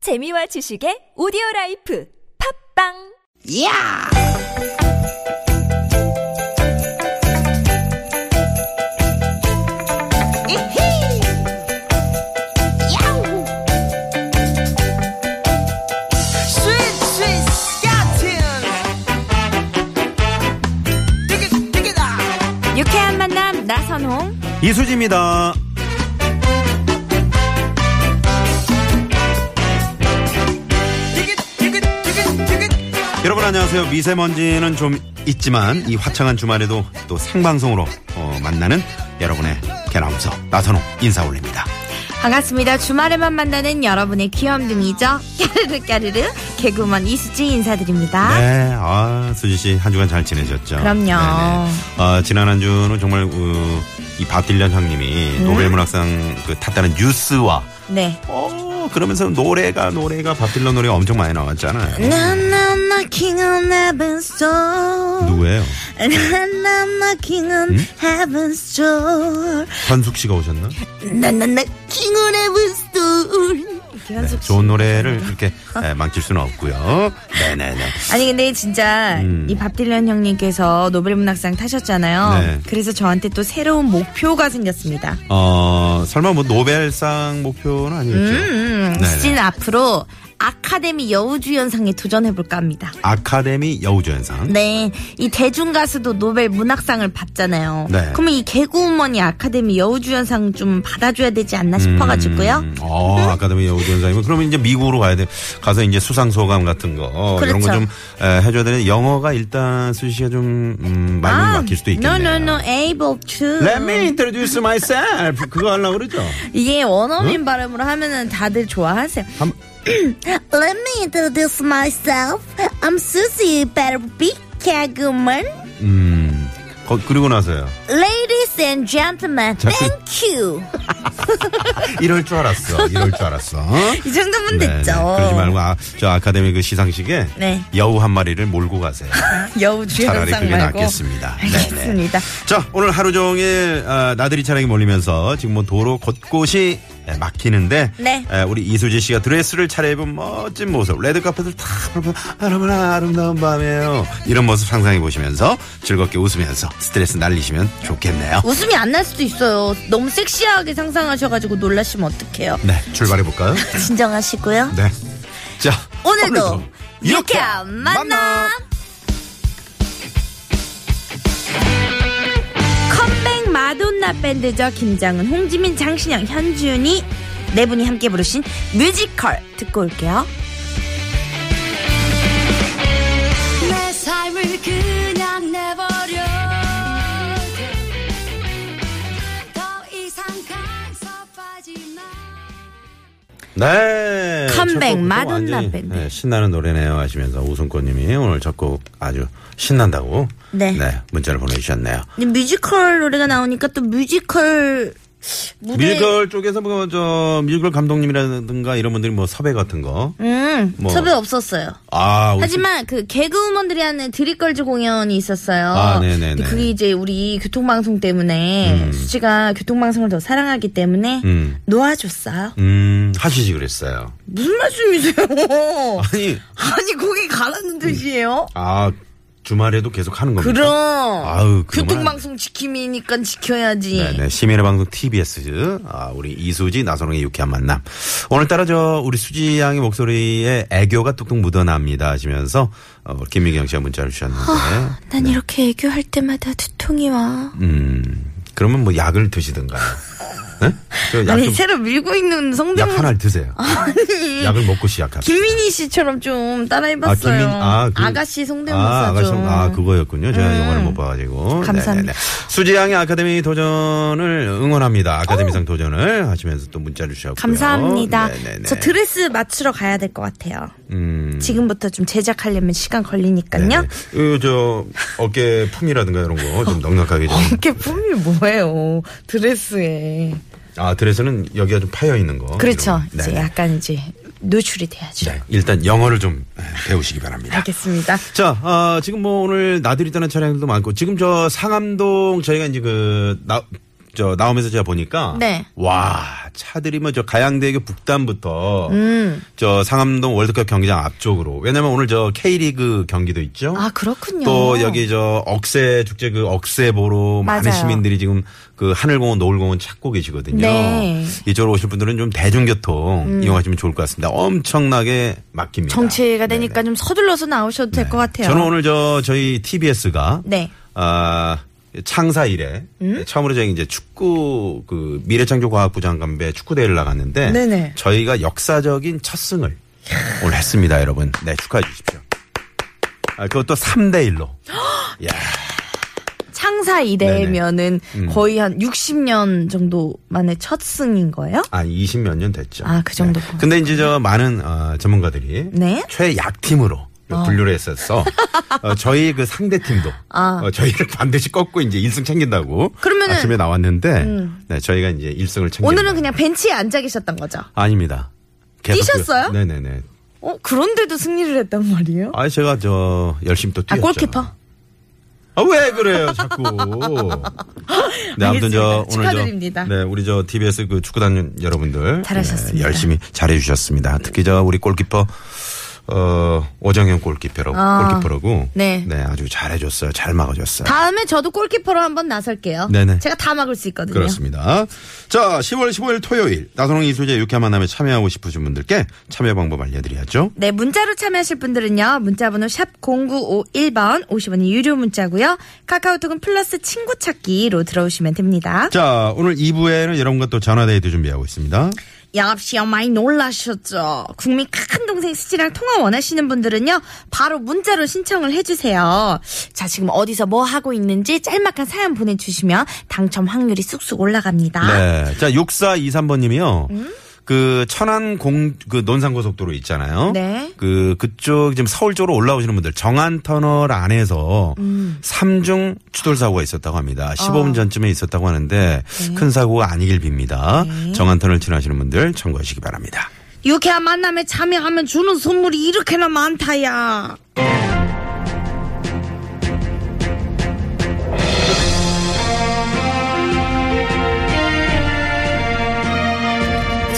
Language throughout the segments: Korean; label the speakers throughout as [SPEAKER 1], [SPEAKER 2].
[SPEAKER 1] 재미와 지식의 오디오 라이프 팝빵
[SPEAKER 2] 야! 이히! 야우! 스윗, 스윗, 스카틴! 띠깃, 띠깃아!
[SPEAKER 3] 유쾌한 만남 나선홍
[SPEAKER 4] 이수지입니다.
[SPEAKER 2] 띠깃, 띠깃, 띠깃, 띠깃!
[SPEAKER 4] 여러분 안녕하세요. 미세먼지는 좀 있지만 이 화창한 주말에도 또 생방송으로 어, 만나는 여러분의 개나운서 나선홍 인사 올립니다.
[SPEAKER 3] 반갑습니다 주말에만 만나는 여러분의 귀염둥이죠 까르르 까르르 개그우먼 이수지 인사드립니다
[SPEAKER 4] 네, 아 수지 씨 한 주간 잘 지내셨죠?
[SPEAKER 3] 그럼요.
[SPEAKER 4] 아, 지난 한 주는 정말 어, 이 바틸련 형님이
[SPEAKER 3] 음.
[SPEAKER 4] 노벨문학상 그 탔다는 뉴스와
[SPEAKER 3] 네
[SPEAKER 4] 어 그러면서 노래가 노래가 바틸련 노래가 엄청 많이 나왔잖아요.
[SPEAKER 3] I'm knocking on heaven's door
[SPEAKER 4] 누구예요?
[SPEAKER 3] I'm knocking on heaven's door
[SPEAKER 4] 현숙 씨가 오셨나?
[SPEAKER 3] I'm knocking on heaven's door
[SPEAKER 4] 네, 좋은 노래를 그렇게 에, 망칠 수는 없고요. 네네네.
[SPEAKER 3] 아니 근데 진짜
[SPEAKER 4] 음.
[SPEAKER 3] 이 밥딜런 형님께서 노벨문학상 타셨잖아요.
[SPEAKER 4] 네.
[SPEAKER 3] 그래서 저한테 또 새로운 목표가 생겼습니다.
[SPEAKER 4] 어, 설마 뭐 노벨상 목표는 아니겠죠?
[SPEAKER 3] 음,
[SPEAKER 4] 네네.
[SPEAKER 3] 시즌 앞으로 아카데미 여우주연상에 도전해볼까 합니다.
[SPEAKER 4] 아카데미 여우조연상.
[SPEAKER 3] 네, 이 대중가수도 노벨 문학상을 받잖아요.
[SPEAKER 4] 네.
[SPEAKER 3] 그러면 이 개그우먼이 아카데미 여우주연상 좀 받아줘야 되지 않나 싶어가지고요.
[SPEAKER 4] 음, 어, 아카데미 여우조연상이면 그러면 이제 미국으로 가야 돼. 가서 이제 수상 소감 같은 거 이런
[SPEAKER 3] 그렇죠.
[SPEAKER 4] 거 좀 해줘야 되는데 영어가 일단 수시가 좀 음, 말문 막힐 수도 있겠네요.
[SPEAKER 3] 아, No, no, no, able to.
[SPEAKER 4] Let me introduce myself. 그거 하려고 그러죠.
[SPEAKER 3] 이게 원어민 발음으로 하면은 다들 좋아하세요.
[SPEAKER 4] 한-
[SPEAKER 3] Let me introduce myself. I'm Susie Barbie Caguman.
[SPEAKER 4] 음. 거- 그리고 나서요.
[SPEAKER 3] Ladies and gentlemen,
[SPEAKER 4] 자, 그-
[SPEAKER 3] thank you.
[SPEAKER 4] 이럴 줄 알았어. 이럴 줄 알았어.
[SPEAKER 3] 이 정도면
[SPEAKER 4] 네, 네.
[SPEAKER 3] 됐죠.
[SPEAKER 4] 그러지 말고 아, 저 아카데미 그 시상식에
[SPEAKER 3] 네.
[SPEAKER 4] 여우 한 마리를 몰고 가세요.
[SPEAKER 3] 여우
[SPEAKER 4] 차라리
[SPEAKER 3] 주연상
[SPEAKER 4] 그게
[SPEAKER 3] 말고.
[SPEAKER 4] 낫겠습니다. 네, 네.
[SPEAKER 3] 알겠습니다.
[SPEAKER 4] 자, 오늘 하루 종일 아, 나들이 차량이 몰리면서 지금 뭐 도로 곳곳이 에, 막히는데
[SPEAKER 3] 네.
[SPEAKER 4] 에, 우리 이수지 씨가 드레스를 차려입은 멋진 모습, 레드 카펫을 탁 밟은 너무나 아름다운 밤이에요. 이런 모습 상상해 보시면서 즐겁게 웃으면서 스트레스 날리시면 좋겠네요.
[SPEAKER 3] 웃음이 안 날 수도 있어요. 너무 섹시하게 상상하셔가지고 놀라시면 어떡해요.
[SPEAKER 4] 네, 출발해 볼까요?
[SPEAKER 3] 진정하시고요.
[SPEAKER 4] 네. 자,
[SPEAKER 3] 오늘도 유쾌한 만남. 컴백 마돈나 밴드죠. 김장은, 홍지민, 장신영, 현준이 네 분이 함께 부르신 뮤지컬 듣고 올게요.
[SPEAKER 5] 내 삶을 그냥 내버려 더 이상 간섭하지 마
[SPEAKER 4] 네.
[SPEAKER 3] 컴백
[SPEAKER 4] 첫 곡부터
[SPEAKER 3] 마돈나
[SPEAKER 4] 완전히,
[SPEAKER 3] 밴드.
[SPEAKER 4] 네, 신나는 노래네요 하시면서 우승권님이 오늘 첫 곡 아주 신난다고
[SPEAKER 3] 네.
[SPEAKER 4] 문자를 보내주셨네요.
[SPEAKER 3] 근데 뮤지컬 노래가 나오니까 또 뮤지컬 무대
[SPEAKER 4] 뮤지컬 쪽에서 뭐저 뮤지컬 감독님이라든가 이런 분들이 뭐 섭외 같은 거.
[SPEAKER 3] 음,
[SPEAKER 4] 뭐.
[SPEAKER 3] 섭외 없었어요.
[SPEAKER 4] 아, 우승-
[SPEAKER 3] 하지만 그 개그우먼들이 하는 드립걸즈 공연이 있었어요.
[SPEAKER 4] 아, 네네네.
[SPEAKER 3] 근데 그게 이제 우리 교통방송 때문에 수지가 교통방송을 더 사랑하기 때문에
[SPEAKER 4] 음.
[SPEAKER 3] 놓아줬어요.
[SPEAKER 4] 음, 하시지 그랬어요.
[SPEAKER 3] 무슨 말씀이세요? 뭐.
[SPEAKER 4] 아니,
[SPEAKER 3] 아니 거기
[SPEAKER 4] 음.
[SPEAKER 3] 가라는 뜻이에요?
[SPEAKER 4] 아 주말에도 계속 하는 겁니다.
[SPEAKER 3] 그럼
[SPEAKER 4] 아유, 그만.
[SPEAKER 3] 교통방송 지킴이니까 지켜야지.
[SPEAKER 6] 예.
[SPEAKER 4] 네네 시민의 방송 TBS 아, 우리 이수지 나선홍의 유쾌한 만남 오늘따라 저 우리 수지 양의 목소리에 애교가 뚝뚝 묻어납니다 하시면서 어, 김미경 씨가 문자를 주셨는데
[SPEAKER 6] 아,
[SPEAKER 4] 네.
[SPEAKER 6] 난 이렇게 애교할 때마다 두통이 와.
[SPEAKER 4] 음 그러면 뭐 약을 드시든가요? 네?
[SPEAKER 3] 아니
[SPEAKER 4] 저약좀약
[SPEAKER 3] 새로 밀고 있는 성대모
[SPEAKER 4] 하나를 드세요.
[SPEAKER 6] 아, 음.
[SPEAKER 4] 약을 먹고 시작합니다.
[SPEAKER 3] 김민희 씨처럼 좀 따라해봤어요. 아, 가씨
[SPEAKER 4] 아,
[SPEAKER 3] 성대모사
[SPEAKER 4] 아가씨
[SPEAKER 3] 좀.
[SPEAKER 4] 성- 아, 그거였군요. 제가 영화를 못 봐가지고.
[SPEAKER 3] 네.
[SPEAKER 4] 네,
[SPEAKER 3] 감사합니다.
[SPEAKER 4] 수지양의 아카데미 도전을 응원합니다. 아카데미상 도전을 하시면서 또 문자를 주셨고요.
[SPEAKER 3] 감사합니다.
[SPEAKER 4] 어, 네네네.
[SPEAKER 3] 저 드레스 맞추러 가야 될 것 같아요.
[SPEAKER 4] 음,
[SPEAKER 3] 지금부터 좀 제작하려면 시간 걸리니까요.
[SPEAKER 4] 네네. 그, 저, 어깨 품이라든가 이런 거 좀 넉넉하게 좀.
[SPEAKER 3] 이렇게 품이 뭐예요? 드레스에.
[SPEAKER 4] 아, 드레스는 여기가 좀 파여 있는 거. 이런
[SPEAKER 3] 그렇죠.
[SPEAKER 4] 거.
[SPEAKER 3] 이제
[SPEAKER 4] 네네.
[SPEAKER 3] 약간 이제 노출이 돼야죠.
[SPEAKER 4] 네. 일단 영어를 좀 네, 배우시기 바랍니다.
[SPEAKER 3] 알겠습니다.
[SPEAKER 4] 자, 아, 지금 뭐 오늘 나들이 떠는 차량들도 많고 지금 저 상암동 저희가 이제 그 나, 저 나오면서 제가 보니까
[SPEAKER 3] 네.
[SPEAKER 4] 와 차들이 뭐 저 가양대교 북단부터
[SPEAKER 3] 음.
[SPEAKER 4] 저 상암동 월드컵 경기장 앞쪽으로 왜냐면 오늘 저 K리그 경기도 있죠.
[SPEAKER 3] 아, 그렇군요.
[SPEAKER 4] 또 여기 저 억새 축제 그 억새 보러 많은
[SPEAKER 3] 맞아요.
[SPEAKER 4] 시민들이 지금 그 하늘공원 노을공원 찾고 계시거든요.
[SPEAKER 3] 네. 음.
[SPEAKER 4] 이쪽으로 오실 분들은 좀 대중교통 이용하시면 좋을 것 같습니다. 엄청나게 막힙니다. 네네.
[SPEAKER 3] 정체가
[SPEAKER 4] 네.
[SPEAKER 3] 되니까 좀 서둘러서 나오셔도 될 것 같아요.
[SPEAKER 4] 저는 오늘 저 저희 TBS가
[SPEAKER 3] 네.
[SPEAKER 4] 아 창사 이래 네, 처음으로 저희 이제 축구 그 미래창조과학부 장관배 축구 대회를 나갔는데
[SPEAKER 3] 네네.
[SPEAKER 4] 저희가 역사적인 첫 승을 오늘 했습니다, 여러분. 네 축하해 주십시오. 아, 그것도 3대 1로. 예. 야,
[SPEAKER 3] 창사 이래면은
[SPEAKER 4] 음.
[SPEAKER 3] 거의 한 60년 정도 만에 첫 승인 거예요?
[SPEAKER 4] 한 아, 20몇 년 됐죠.
[SPEAKER 3] 아, 그 정도구나.
[SPEAKER 4] 네. 근데 이제 저 많은 어, 전문가들이
[SPEAKER 3] 네.
[SPEAKER 4] 최약팀으로 분류를 했었어. 어, 저희 그 상대 팀도 어, 저희를 반드시 꺾고 이제 1승 챙긴다고
[SPEAKER 3] 아. 그러면은- 음.
[SPEAKER 4] 아침에 나왔는데 네, 저희가 이제 1승을 챙긴
[SPEAKER 3] 오늘은
[SPEAKER 4] 거예요.
[SPEAKER 3] 그냥 벤치에 앉아 계셨던 거죠?
[SPEAKER 4] 아닙니다. 계속
[SPEAKER 3] 뛰셨어요?
[SPEAKER 4] 그- 네네네.
[SPEAKER 3] 어, 그런데도 승리를 했단 말이에요?
[SPEAKER 4] 아 제가 저 열심히 또
[SPEAKER 3] 아,
[SPEAKER 4] 뛰었죠.
[SPEAKER 3] 골키퍼?
[SPEAKER 4] 아왜 그래요 자꾸. 네 아무튼 저
[SPEAKER 3] 알겠습니다.
[SPEAKER 4] 오늘
[SPEAKER 3] 축하드립니다.
[SPEAKER 4] 저 네 우리 저 TBS 그 축구단 여러분들
[SPEAKER 3] 잘하셨습니다.
[SPEAKER 4] 네, 열심히 잘해 주셨습니다. 특히 저 우리 골키퍼 어 오정현 골키퍼라고
[SPEAKER 3] 아,
[SPEAKER 4] 골키퍼라고
[SPEAKER 3] 네.
[SPEAKER 4] 아주 잘해 줬어요. 잘 막아 줬어요.
[SPEAKER 3] 다음에 저도 골키퍼로 한번 나설게요.
[SPEAKER 4] 네네.
[SPEAKER 3] 제가 다 막을 수 있거든요.
[SPEAKER 4] 그렇습니다. 자, 10월 15일 토요일 나선홍 이수재 유쾌한 만남에 참여하고 싶으신 분들께 참여 방법 알려드려야죠.
[SPEAKER 3] 네, 문자로 참여하실 분들은요. 문자번호 샵 0951번 50원이 유료 문자고요. 카카오톡은 플러스 친구 찾기로 들어오시면 됩니다.
[SPEAKER 4] 자, 오늘 2부에는 여러분과 또 전화데이트 준비하고 있습니다.
[SPEAKER 3] 역시요 많이 놀라셨죠. 국민 큰 동생 수지랑 통화 원하시는 분들은요. 바로 문자로 신청을 해주세요. 자 지금 어디서 뭐 하고 있는지 짤막한 사연 보내주시면 당첨 확률이 쑥쑥 올라갑니다. 음?
[SPEAKER 4] 네. 자, 6423번님이요. 그 천안 공 그 논산 고속도로 있잖아요.
[SPEAKER 3] 네.
[SPEAKER 4] 그 그쪽 지금 서울 쪽으로 올라오시는 분들 정안 터널 안에서
[SPEAKER 3] 음.
[SPEAKER 4] 삼중 추돌 사고가 있었다고 합니다.
[SPEAKER 3] 아.
[SPEAKER 4] 15분 전쯤에 있었다고 하는데
[SPEAKER 3] 네.
[SPEAKER 4] 큰 사고가 아니길 빕니다. 정안 터널 지나시는 분들 참고하시기 바랍니다.
[SPEAKER 3] 유쾌한 만남에 참여하면 주는 선물이 이렇게나 많다야.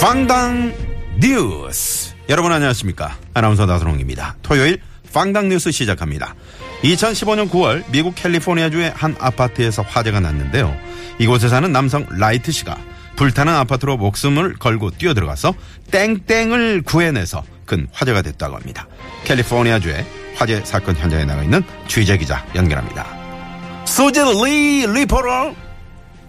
[SPEAKER 4] 빵당 뉴스. 여러분 안녕하십니까? 아나운서 나선홍입니다. 토요일 빵당 뉴스 시작합니다. 2015년 9월 미국 캘리포니아주의 한 아파트에서 화재가 났는데요. 이곳에 사는 남성 라이트 씨가 불타는 아파트로 목숨을 걸고 뛰어들어가서 땡땡을 구해내서 큰 화제가 됐다고 합니다. 캘리포니아주의 화재 사건 현장에 나가 있는 취재 기자 연결합니다. 소재 리 리포터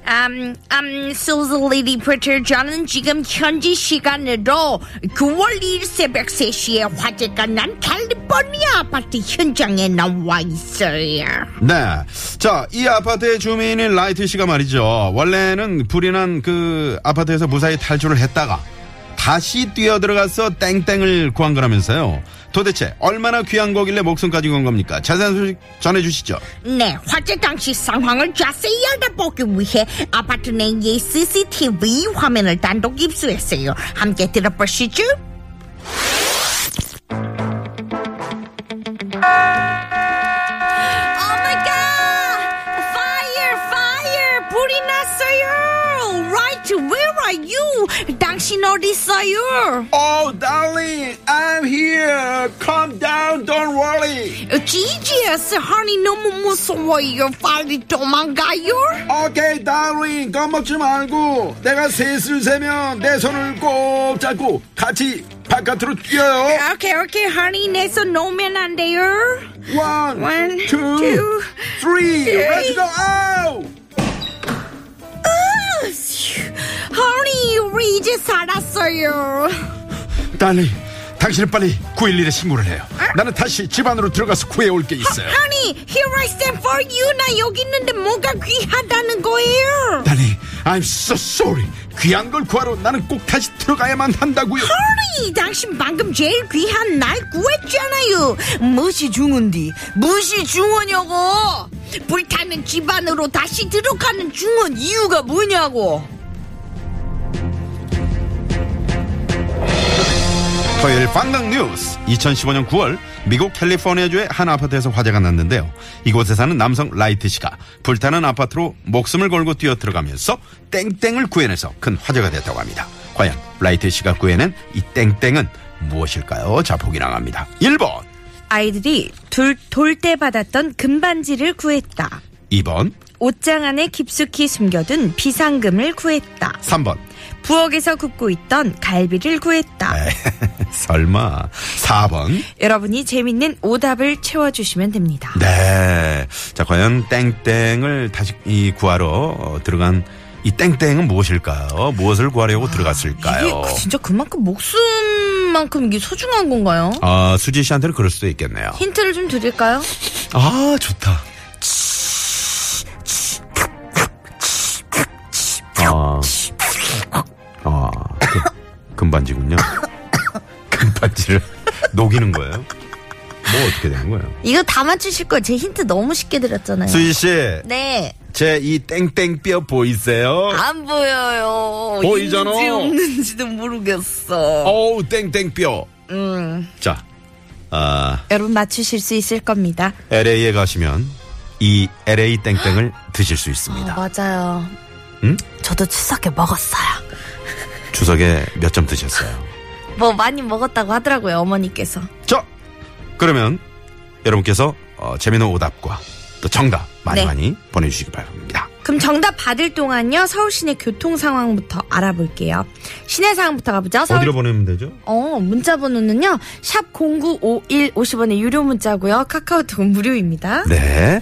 [SPEAKER 3] Um, um, Susie 리포터 저는 지금 현지 시간으로 9월 1일 새벽 3시에 화재가 난 캘리포니아 아파트 현장에 나와 있어요.
[SPEAKER 4] 네. 자, 이 아파트의 주민인 라이트 씨가 말이죠. 원래는 불이 난 그 아파트에서 무사히 탈출을 했다가 다시 뛰어들어가서 땡땡을 구한 거라면서요. 도대체 얼마나 귀한 거길래 목숨까지 건 겁니까? 자세한 소식 전해주시죠.
[SPEAKER 3] 네, 화재 당시 상황을 자세히 알아보기 위해 아파트 내의 CCTV 화면을 단독 입수했어요. 함께 들어보시죠. Oh Right, where are you? 당신 어디 있어요?
[SPEAKER 2] Oh, darling, I'm here. Calm down, don't worry.
[SPEAKER 3] GGS, honey, 너무 무서워요. 빨리 도망가요.
[SPEAKER 2] Okay, darling, 겁먹지 말고 내가 셋을 세면 내 손을 꼭 잡고 같이 바깥으로 뛰어요.
[SPEAKER 3] 오케이 오케이 허니 내서 놓으면 안 돼요
[SPEAKER 2] One,
[SPEAKER 3] One,
[SPEAKER 2] two,
[SPEAKER 3] two,
[SPEAKER 2] three. Let's
[SPEAKER 3] three.
[SPEAKER 2] go out.
[SPEAKER 3] 허니 우리 이제 살았어요
[SPEAKER 4] 딸리, 당신은 빨리 911에 신고를 해요.
[SPEAKER 3] 아?
[SPEAKER 4] 나는 다시 집 안으로 들어가서 구해올 게 있어요.
[SPEAKER 3] 허니 here I stand for you 나 여기 있는데 뭐가 귀하다는 거예요
[SPEAKER 4] 딸리, I'm so sorry. 귀한 걸 구하러 나는 꼭 다시 들어가야만 한다고요.
[SPEAKER 3] 허니 당신 방금 제일 귀한 날 구했잖아요 무엇이 중헌디 무엇이 중헌냐고 불타는 집안으로 다시 들어가는 중헌 이유가 뭐냐고
[SPEAKER 4] 토요일 빵당 뉴스 2015년 9월 미국 캘리포니아주의 한 아파트에서 화재가 났는데요. 이곳에 사는 남성 라이트 씨가 불타는 아파트로 목숨을 걸고 뛰어 들어가면서 땡땡을 구해내서 큰 화제가 됐다고 합니다. 과연 라이트 씨가 구해낸 이 땡땡은 무엇일까요? 자 보기 나갑니다. 1번,
[SPEAKER 3] 아이들이 돌, 돌때 받았던 금반지를 구했다.
[SPEAKER 4] 2번,
[SPEAKER 3] 옷장 안에 깊숙이 숨겨둔 비상금을 구했다.
[SPEAKER 4] 3번.
[SPEAKER 3] 부엌에서 굽고 있던 갈비를
[SPEAKER 4] 네.
[SPEAKER 3] 구했다.
[SPEAKER 4] 설마 4번.
[SPEAKER 3] 여러분이 재밌는 오답을 채워주시면 됩니다.
[SPEAKER 4] 네. 자, 과연 땡땡을 다시 이 구하러 어, 들어간 이 땡땡은 무엇일까요? 무엇을 구하려고 들어갔을까요?
[SPEAKER 3] 이게 그 진짜 그만큼 목숨만큼 이게 소중한 건가요?
[SPEAKER 4] 아, 수지 씨한테는 그럴 수도 있겠네요.
[SPEAKER 3] 힌트를 좀 드릴까요?
[SPEAKER 4] 아, 좋다. 아, 아, 그, 금반지군요. 금반지를 녹이는 거예요? 뭐 어떻게 되는 거예요?
[SPEAKER 3] 이거 다 맞추실 거예요. 제 힌트 너무 쉽게 드렸잖아요.
[SPEAKER 4] 수지 씨,
[SPEAKER 3] 네.
[SPEAKER 4] 제 이 땡땡뼈 보이세요?
[SPEAKER 3] 안 보여요.
[SPEAKER 4] 보이잖아.
[SPEAKER 3] 있는지 없는지도 모르겠어.
[SPEAKER 4] 어우 땡땡뼈.
[SPEAKER 3] 음.
[SPEAKER 4] 자, 아
[SPEAKER 3] 여러분 맞추실 수 있을 겁니다.
[SPEAKER 4] LA에 가시면 이 LA 땡땡을 드실 수 있습니다.
[SPEAKER 3] 맞아요.
[SPEAKER 4] 응?
[SPEAKER 3] 저도 추석에 먹었어요.
[SPEAKER 4] 추석에 몇 점 드셨어요?
[SPEAKER 3] 뭐 많이 먹었다고 하더라고요 어머니께서.
[SPEAKER 4] 자, 그러면 여러분께서 어, 재미있는 오답과 또 정답 많이
[SPEAKER 3] 네.
[SPEAKER 4] 많이 보내주시기 바랍니다.
[SPEAKER 3] 그럼 정답 받을 동안요 서울 시내 교통 상황부터 알아볼게요. 시내 상황부터 가보죠. 서울
[SPEAKER 4] 보내면 되죠?
[SPEAKER 3] 어, 문자 번호는요. 샵 0951 50원의 유료 문자고요. 카카오톡은 무료입니다.
[SPEAKER 4] 네.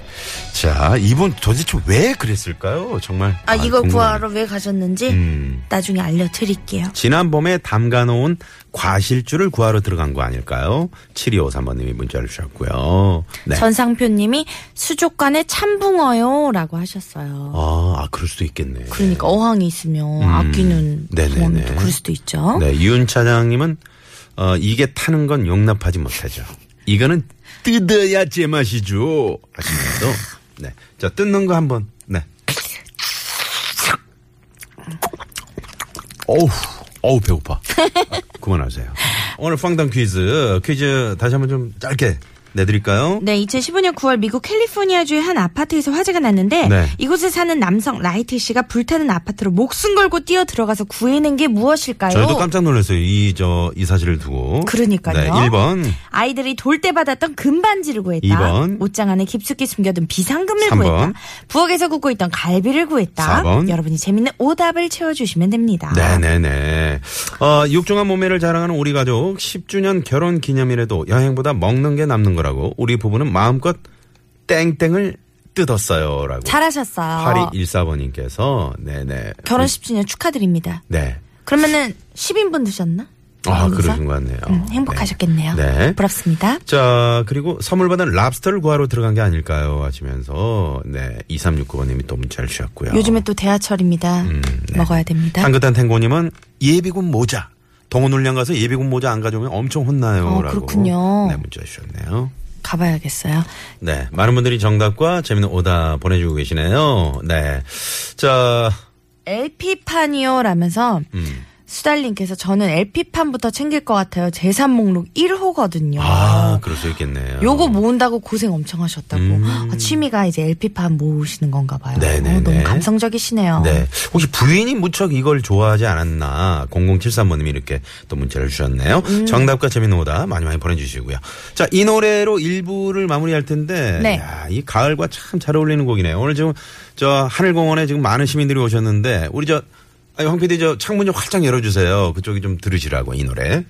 [SPEAKER 4] 자, 이분 도대체 왜 그랬을까요? 정말.
[SPEAKER 3] 아, 이거
[SPEAKER 4] 궁금하네.
[SPEAKER 3] 구하러 왜 가셨는지
[SPEAKER 4] 음.
[SPEAKER 3] 나중에 알려드릴게요.
[SPEAKER 4] 지난 봄에 담가놓은 과실주를 구하러 들어간 거 아닐까요? 7253번님이 문자를 주셨고요. 네.
[SPEAKER 3] 전상표님이 수족관에 참붕어요라고 하셨어요.
[SPEAKER 4] 아, 아, 그럴 수도 있겠네. 음.
[SPEAKER 3] 그러니까 어항이 있으면 아끼는
[SPEAKER 4] 네네네.
[SPEAKER 3] 동원도 그럴 수도 있죠.
[SPEAKER 4] 네, 이윤 차장님은 어, 이게 타는 건 용납하지 못하죠. 이거는 뜯어야 제맛이죠. 하시면서 네, 자 뜯는 거 한번. 네. 어우, 어우 배고파. 아, 그만하세요. 오늘 빵당 퀴즈 퀴즈 다시 한번 좀 짧게 내드릴까요?
[SPEAKER 3] 네, 2015년 9월 미국 캘리포니아주의 한 아파트에서 화재가 났는데
[SPEAKER 4] 네.
[SPEAKER 3] 이곳에 사는 남성 라이트 씨가 불타는 아파트로 목숨 걸고 뛰어 들어가서 구해낸 게 무엇일까요?
[SPEAKER 4] 저희도 깜짝 놀랐어요. 이 저 이 사실을 두고.
[SPEAKER 3] 네. 그러니까요.
[SPEAKER 4] 네, 1번,
[SPEAKER 3] 아이들이 돌 때 받았던 금반지를 구했다.
[SPEAKER 4] 이번.
[SPEAKER 3] 옷장 안에 깊숙이 숨겨둔 비상금을
[SPEAKER 4] 삼 번.
[SPEAKER 3] 구했다. 부엌에서 굽고 있던 갈비를 구했다.
[SPEAKER 4] 사 번.
[SPEAKER 3] 여러분이 재밌는 오답을 채워주시면 됩니다.
[SPEAKER 4] 네네네. 어, 육중한 몸매를 자랑하는 우리 가족 10주년 결혼 기념일에도 여행보다 먹는 게 남는 거라고 우리 부부는 마음껏 땡땡을 뜯었어요. 라고.
[SPEAKER 3] 잘하셨어요.
[SPEAKER 4] 8214번님께서 네네.
[SPEAKER 3] 결혼 10주년 축하드립니다.
[SPEAKER 4] 네.
[SPEAKER 3] 그러면은 10인분 드셨나?
[SPEAKER 4] 아,
[SPEAKER 3] 여기서?
[SPEAKER 4] 그러신 것 같네요.
[SPEAKER 3] 음, 행복하셨겠네요.
[SPEAKER 4] 네. 네.
[SPEAKER 3] 부럽습니다.
[SPEAKER 4] 자, 그리고 선물 받은 랍스터를 구하러 들어간 게 아닐까요? 하시면서, 네, 2369번님이 또 문자를 주셨고요. 음, 네.
[SPEAKER 3] 요즘에 또 대하철입니다. 먹어야 됩니다.
[SPEAKER 4] 향긋한 탱고님은 예비군 모자. 동호훈련 가서 예비군 모자 안 가져오면 엄청 혼나요.
[SPEAKER 3] 어,
[SPEAKER 4] 라고.
[SPEAKER 3] 그렇군요.
[SPEAKER 4] 네, 문자 주셨네요.
[SPEAKER 3] 가봐야겠어요.
[SPEAKER 4] 네. 많은 분들이 정답과 재밌는 오다 보내주고 계시네요. 네. 자,
[SPEAKER 3] LP판이요 라면서
[SPEAKER 4] 음.
[SPEAKER 3] 수달님께서 저는 LP판부터 챙길 것 같아요. 재산 목록 1호거든요.
[SPEAKER 4] 아, 그럴 수 있겠네요. 음.
[SPEAKER 3] 요거 모은다고 고생 엄청 하셨다고. 아, 취미가 이제 LP판 모으시는 건가 봐요.
[SPEAKER 4] 네네네.
[SPEAKER 3] 어, 너무 감성적이시네요.
[SPEAKER 4] 네. 혹시 부인이 무척 이걸 좋아하지 않았나. 0073번님이 이렇게 또 문자를 주셨네요. 정답과 재밌는 오다 많이 많이 보내주시고요. 자, 이 노래로 1부를 마무리할 텐데.
[SPEAKER 3] 네.
[SPEAKER 4] 야, 이 가을과 참 잘 어울리는 곡이네요. 오늘 지금 저 하늘공원에 지금 많은 시민들이 오셨는데, 우리 저, 아니, 황 PD 저 창문 좀 활짝 열어주세요. 그쪽이 좀 들으시라고, 이 노래.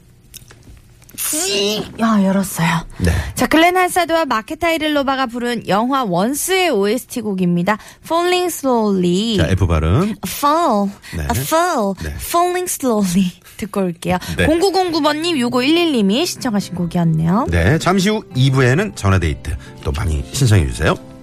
[SPEAKER 3] 야, 열었어요.
[SPEAKER 4] 네.
[SPEAKER 3] 자, 글렌 한사드와 마케타이를 로바가 부른 영화 원스의 OST 곡입니다. Falling Slowly.
[SPEAKER 4] 자, F 발음.
[SPEAKER 3] A fall,
[SPEAKER 4] 네.
[SPEAKER 3] a fall,
[SPEAKER 4] 네.
[SPEAKER 3] falling slowly. 듣고 올게요.
[SPEAKER 4] 네.
[SPEAKER 3] 0909번님, 6511님이 신청하신 곡이었네요.
[SPEAKER 4] 네, 잠시 후 2부에는 전화데이트 또 많이 신청해 주세요.